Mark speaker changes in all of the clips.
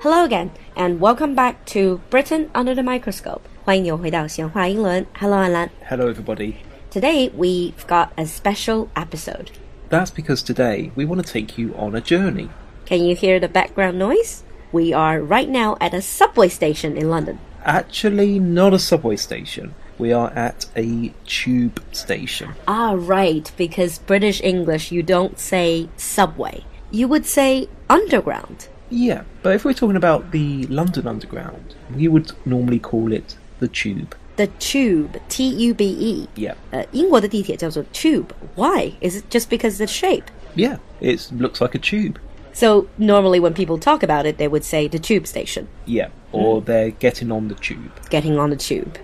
Speaker 1: Hello again, and welcome back to Britain under the microscope. 欢迎又回到闲话英伦。Hello, Alan.
Speaker 2: Hello, everybody.
Speaker 1: Today we've got a special episode.
Speaker 2: That's because today we want to take you on a journey.
Speaker 1: Can you hear the background noise? We are right now at a subway station in London.
Speaker 2: Actually, not a subway station. We are at a tube station.
Speaker 1: Ah, right, because British English, you don't say subway. You would say underground.
Speaker 2: Yeah, but if we're talking about the London Underground, we would normally call it the tube.
Speaker 1: The tube, T U B E.
Speaker 2: Yeah.
Speaker 1: 呃，英国的地铁叫做 tube. Why? Is it just because the shape?
Speaker 2: Yeah, it looks like a tube.
Speaker 1: So normally when people talk about it, they would say the tube station,
Speaker 2: Yeah,
Speaker 1: Hmm.
Speaker 2: or they're getting on the tube.
Speaker 1: getting on the tube.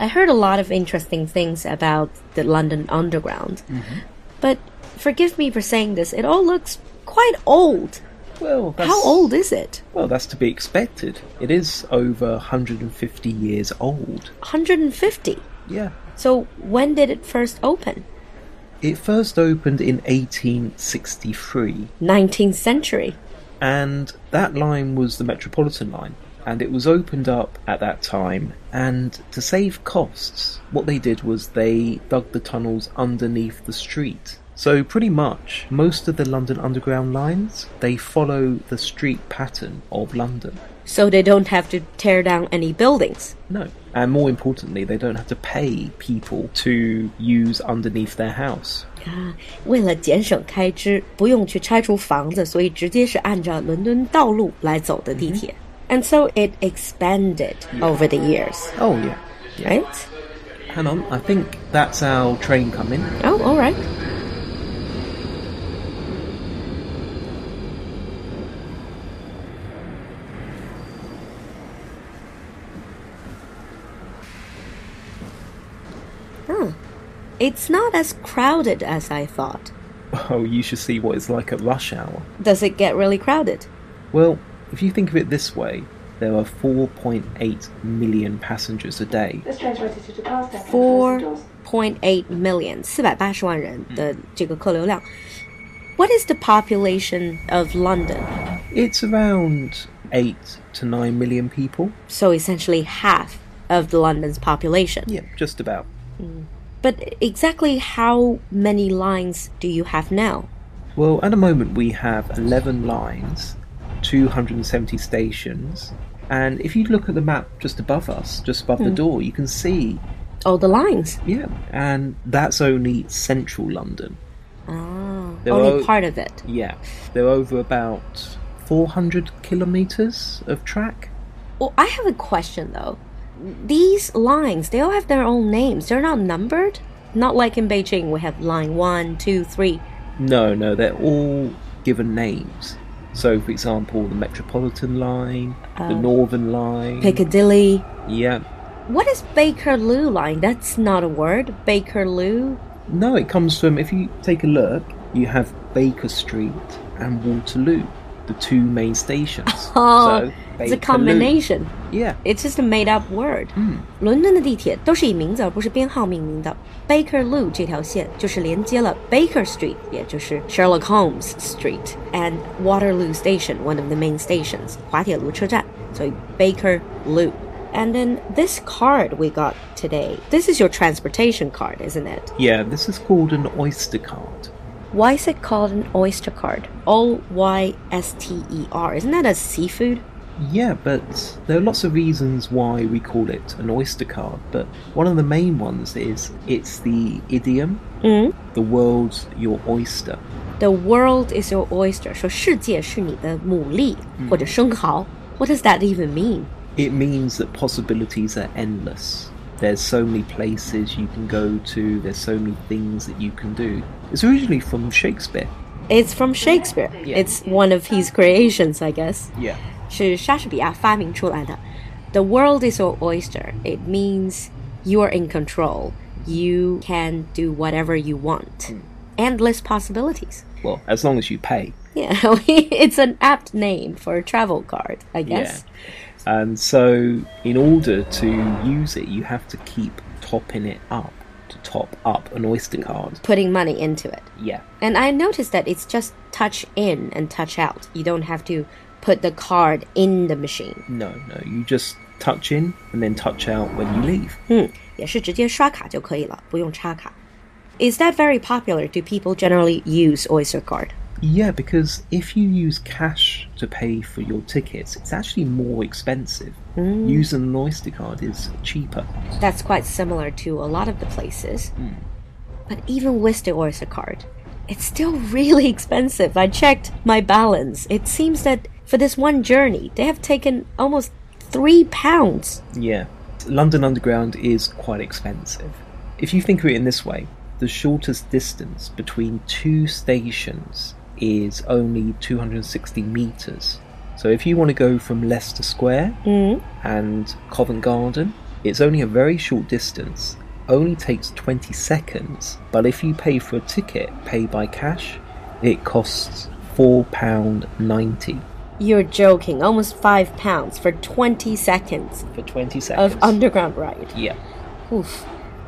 Speaker 1: I heard a lot of interesting things about the London Underground, but forgive me for saying this. It all looks quite old.
Speaker 2: Well, that's,
Speaker 1: How old is it?
Speaker 2: Well, that's to be expected. It is over 150 years old.
Speaker 1: 150.
Speaker 2: Yeah.
Speaker 1: So when did it first open?
Speaker 2: It first opened in 1863.
Speaker 1: 19th century.
Speaker 2: and that line was the Metropolitan line, and it was opened up at that time. And to save costs, what they did was they dug the tunnels underneath the street. So pretty much most of the London Underground lines they follow the street pattern of London.
Speaker 1: So they don't have to tear down any buildings.
Speaker 2: No. And more importantly, they don't have to pay people to use underneath their house.
Speaker 1: 啊，Ah, 为了节省开支，不用去拆除房子，所以直接是按照伦敦道路来走的地铁。And so it expanded over the years,
Speaker 2: Oh yeah. Yeah.
Speaker 1: right?
Speaker 2: Hang on, I think that's our train coming.
Speaker 1: Oh, all right. Huh. Hmm. It's not as crowded as I thought.
Speaker 2: Oh, you should see what it's like at rush hour.
Speaker 1: Does it get really crowded?
Speaker 2: Well, if you think of it this way, there are 4.8 million passengers a day.
Speaker 3: This train's ready to depart. Second
Speaker 1: Four
Speaker 3: closing doors.
Speaker 1: point eight million，四百八十万人的这个客流量。What is the population of London?
Speaker 2: It's around 8 to 9 million people.
Speaker 1: So essentially half of the London's population.
Speaker 2: Yeah, just about.
Speaker 1: But exactly how many lines do you have now?
Speaker 2: Well, at the moment we have 11 lines, 270 stations, and if you look at the map just above us, just above the door, you can see,
Speaker 1: All the lines?
Speaker 2: yeah, and that's only central London.
Speaker 1: Ah,
Speaker 2: There
Speaker 1: only
Speaker 2: are-
Speaker 1: part of it.
Speaker 2: Yeah, there are over about 400 kilometres of track.
Speaker 1: Well, Oh, I have a question though. These lines, they all have their own names. They're not numbered. Not like in Beijing, we have line one, two, three.
Speaker 2: No, no, they're all given names. So, for example, the Metropolitan Line, the
Speaker 1: Oh.
Speaker 2: Northern Line.
Speaker 1: Piccadilly.
Speaker 2: yeah.
Speaker 1: What is Bakerloo line? That's not a word. Bakerloo.
Speaker 2: No, it comes from, if you take a look, you have Baker Street and Waterloo, the two main stations.
Speaker 1: Oh,
Speaker 2: so,
Speaker 1: it's a
Speaker 2: Bakerloo.
Speaker 1: combination.
Speaker 2: Yeah.
Speaker 1: It's just a made-up word。嗯，伦敦的地铁都是以名字而不是编号命名的。Bakerloo 这条线就是连接了 Baker Street，也就是 Sherlock Holmes Street and Waterloo Station, one of the main stations，滑铁卢车站。所以 Bakerloo。And then this card we got today. This is your transportation card, isn't it?
Speaker 2: Yeah, this is called an Oyster card.
Speaker 1: Why is it called an oyster card? O Y S T E R. Isn't that a seafood?
Speaker 2: Yeah, but there are lots of reasons why we call it an Oyster card, but one of the main ones is it's the idiom,
Speaker 1: Mm.
Speaker 2: the world's your oyster.
Speaker 1: The world is your oyster. 说世界是你的牡蛎或者生蚝。What does that even mean?
Speaker 2: It means that possibilities are endless. There's so many places you can go to, there's so many things that you can do. It's originally from Shakespeare.
Speaker 1: It's from Shakespeare. It's one of his creations, I guess.
Speaker 2: Yeah.
Speaker 1: 是莎士比亚发明出来的。The world is your oyster. It means you are in control. You can do whatever you want. Endless possibilities.
Speaker 2: Well, as long as you pay.
Speaker 1: Yeah, it's an apt name for a travel card, I guess.
Speaker 2: Yeah. And so, in order to use it, you have to keep topping it up to top up an Oyster card.
Speaker 1: Putting money into it.
Speaker 2: Yeah.
Speaker 1: And I noticed that it's just touch in and touch out. You don't have to put the card in the machine，
Speaker 2: No, no, you just touch in and then touch out when you leave.
Speaker 1: 嗯，也是直接刷卡就可以了，不用插卡。Is that very popular? Do people generally use Oyster card?
Speaker 2: Yeah, because if you use cash to pay for your tickets, it's actually more expensive. Using an Oyster card is cheaper.
Speaker 1: That's quite similar to a lot of the places. But even with the Oyster card, it's still really expensive. I checked my balance. It seems that for this one journey, they have taken almost three pounds.
Speaker 2: Yeah. London Underground is quite expensive. If you think of it in this way, the shortest distance between two stations is only 260 metres. So if you want to go from Leicester Square and Covent Garden, it's only a very short distance, only takes 20 seconds. But if you pay for a ticket, pay by cash, it costs £4.90
Speaker 1: You're joking. Almost five pounds for 20 seconds
Speaker 2: for 20 seconds.
Speaker 1: of underground ride.
Speaker 2: yeah.
Speaker 1: Oof.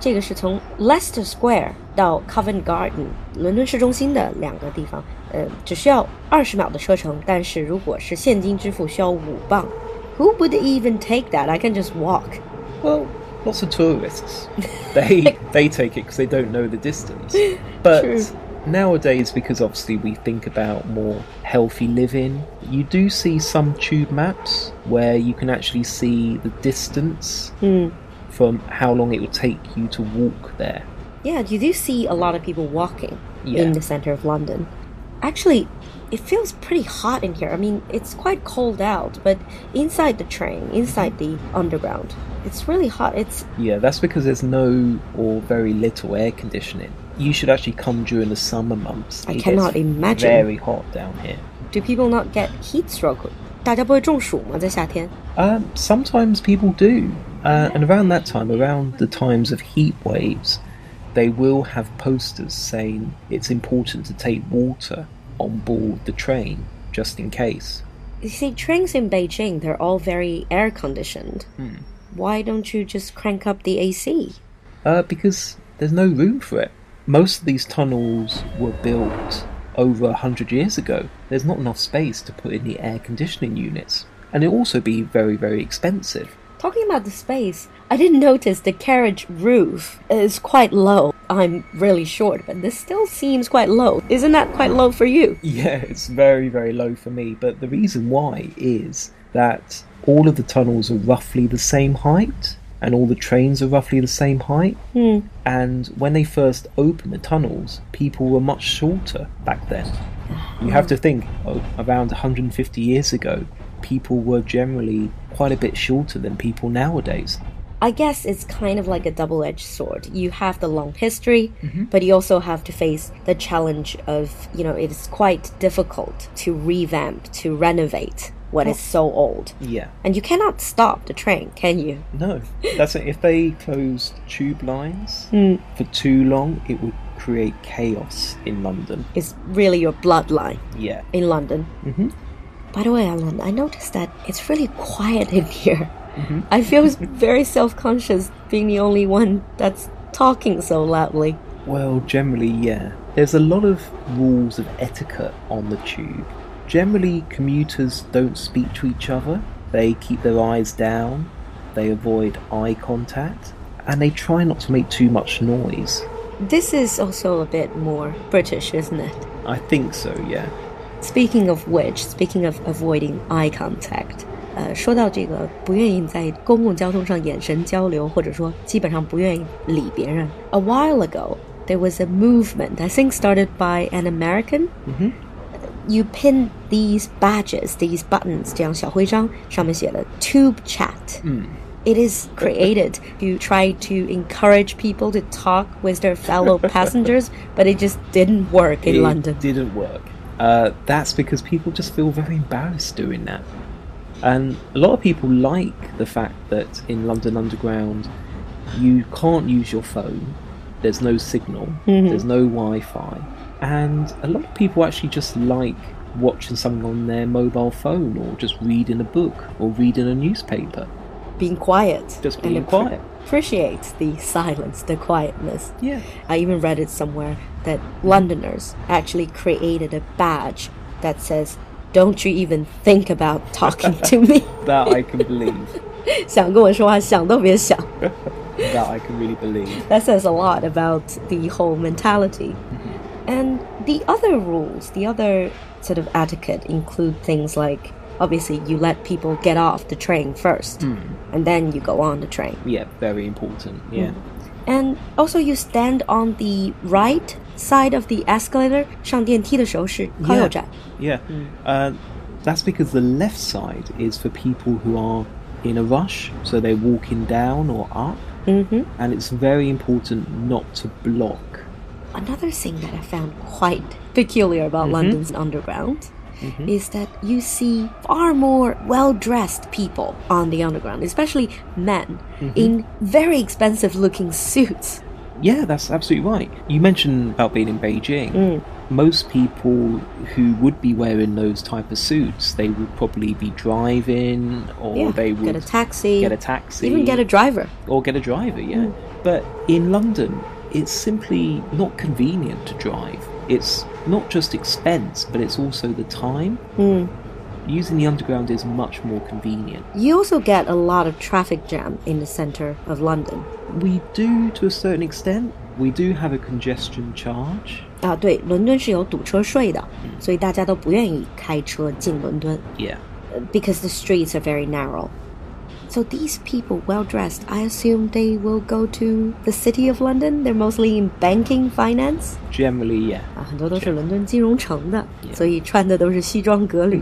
Speaker 1: 这个是从 Leicester Square 到 Covent Garden，伦敦市中心的两个地方，呃，只需要二十秒的车程，但是如果是现金支付，需要五磅。Who would even take that? I can just walk.
Speaker 2: Well, lots of tourists. They they take it because they don't know the distance. But
Speaker 1: True.
Speaker 2: nowadays, because obviously we think about more healthy living, you do see some tube maps where you can actually see the distance from how long it will take you to walk there.
Speaker 1: Yeah, you do see a lot of people walking
Speaker 2: Yeah.
Speaker 1: in the center of London. Actually, it feels pretty hot in here. I mean, it's quite cold out, but inside the train, inside the underground, it's really hot. It's
Speaker 2: Yeah, that's because there's no or very little air conditioning. You should actually come during the summer months.
Speaker 1: I
Speaker 2: It gets
Speaker 1: cannot imagine.
Speaker 2: Very hot down here.
Speaker 1: Do people not get heat stroke? 大家不会中暑吗？在夏天？
Speaker 2: Um, sometimes people do. Uh, and around that time, around the times of heat waves, they will have posters saying it's important to take water on board the train just in case.
Speaker 1: You see, trains in Beijing, they're all very air conditioned. Why don't you just crank up the AC?
Speaker 2: Uh, because there's no room for it. Most of these tunnels were built over 100 years ago. There's not enough space to put in the air conditioning units. And it'll also be very, very expensive.
Speaker 1: Talking about the space, I didn't notice the carriage roof is quite low. I'm really short, but this still seems quite low. Isn't that quite low for you?
Speaker 2: Yeah, it's very, very low for me. But the reason why is that all of the tunnels are roughly the same height and all the trains are roughly the same height. And when they first opened the tunnels, people were much shorter back then. You have to think oh, around 150 years ago, people were generally quite a bit shorter than people nowadays.
Speaker 1: I guess it's kind of like a double edged sword. You have the long history, but you also have to face the challenge of, you know, it is quite difficult to revamp, to renovate what is so old.
Speaker 2: Yeah.
Speaker 1: And you cannot stop the train, can you?
Speaker 2: No, that's it. If they closed tube lines for too long, it would create chaos in London.
Speaker 1: It's really your bloodline
Speaker 2: Yeah.
Speaker 1: in London. Mm-hmm. By the way, Alan, I noticed that it's really quiet in here. I feel very self conscious being the only one that's talking so loudly.
Speaker 2: Well, generally, yeah. There's a lot of rules of etiquette on the tube. Generally, commuters don't speak to each other. They keep their eyes down. They avoid eye contact, and they try not to make too much noise.
Speaker 1: This is also a bit more British, isn't it?
Speaker 2: I think so. Yeah.
Speaker 1: Speaking of which, speaking of avoiding eye contact，呃，说到这个不愿意在公共交通上眼神交流，或者说基本上不愿意理别人。A while ago, there was a movement I think started by an American. You pin these badges, these buttons，这样小徽章上面写了 “Tube Chat”。It is created to try to encourage people to talk with their fellow passengers, but it just didn't work in
Speaker 2: it
Speaker 1: London.
Speaker 2: didn't work. Uh, that's because people just feel very embarrassed doing that. And a lot of people like the fact that in London Underground, you can't use your phone, there's no signal,
Speaker 1: Mm-hmm.
Speaker 2: there's no Wi Fi, and a lot of people actually just like watching something on their mobile phone or just reading a book or reading a newspaper.
Speaker 1: being quiet.
Speaker 2: Just
Speaker 1: and
Speaker 2: being quiet.
Speaker 1: Appreciate the silence, the quietness.
Speaker 2: Yeah.
Speaker 1: I even read it somewhere that Londoners actually created a badge that says Don't you even think about talking to me？
Speaker 2: That I can believe.
Speaker 1: 想跟我说话，想都别想。
Speaker 2: that I can really believe.
Speaker 1: That says a lot about the whole mentality.
Speaker 2: Mm-hmm.
Speaker 1: And the other rules, the other sort of etiquette include things like obviously you let people get off the train first
Speaker 2: Mm.
Speaker 1: and then you go on the train.
Speaker 2: Yeah, very important. Yeah.
Speaker 1: And also you stand on the right side of the escalator. 上电梯的时候是靠右站。
Speaker 2: Yeah.
Speaker 1: Mm.
Speaker 2: Uh, that's because the left side is for people who are in a rush, so they're walking down or up. Mm-hmm. And it's very important not to block.
Speaker 1: Another thing that I found quite peculiar about
Speaker 2: Mm-hmm.
Speaker 1: London's underground is that you see far more well dressed people on the underground, especially men
Speaker 2: Mm-hmm.
Speaker 1: in very expensive looking suits.
Speaker 2: Yeah, that's absolutely right. You mentioned about being in Beijing.
Speaker 1: Mm.
Speaker 2: Most people who would be wearing those type of suits, they would probably be driving, or
Speaker 1: Yeah,
Speaker 2: Oh, they would
Speaker 1: get a taxi,
Speaker 2: get a taxi,
Speaker 1: even get a driver.
Speaker 2: or get a driver, yeah. But in London, it's simply not convenient to drive. It's not just expense, but it's also the time. Mm. Using the underground is much more convenient.
Speaker 1: You also get a lot of traffic jam in the center of London.
Speaker 2: We do, to a certain extent, we do have a congestion charge.
Speaker 1: 啊，对，伦敦是有堵车税的，所以大家都不愿意开车进伦敦。
Speaker 2: Yeah.
Speaker 1: because the streets are very narrow. So these people, well dressed, I assume they will go to the city of London. They're mostly in banking, finance.
Speaker 2: Generally, yeah.
Speaker 1: 啊，很多都是伦敦金融城的，所以穿的都是西装革履。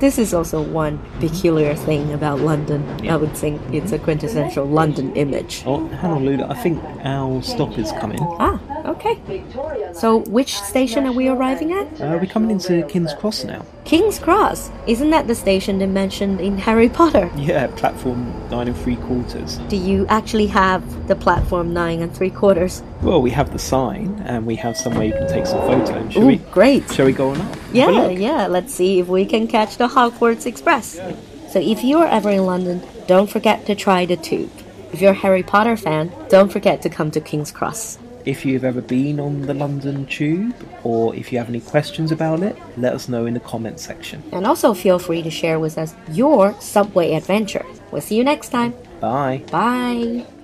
Speaker 1: This is also one peculiar thing about London. I would think it's a quintessential London image.
Speaker 2: Oh, hang on, Lula. I think our stop is coming. Uh,
Speaker 1: Ah, okay. So which station are we arriving at?
Speaker 2: Uh, we're coming into King's Cross now.
Speaker 1: King's Cross. Isn't that the station they mentioned in Harry Potter?
Speaker 2: Yeah, platform nine and three quarters.
Speaker 1: Do you actually have the platform nine and three quarters?
Speaker 2: Well, we have the sign, and we have somewhere you can take some photos. Shall
Speaker 1: Ooh,
Speaker 2: we?
Speaker 1: great.
Speaker 2: Shall we go on up? Have a
Speaker 1: Yeah,
Speaker 2: look?
Speaker 1: yeah. Let's see if we can catch the Hogwarts Express. So if you are ever in London, don't forget to try the tube. If you're a Harry Potter fan, don't forget to come to King's Cross.
Speaker 2: If you've ever been on the London Tube, or if you have any questions about it, let us know in the comment section.
Speaker 1: And also feel free to share with us your subway adventure. We'll see you next time.
Speaker 2: Bye.
Speaker 1: Bye.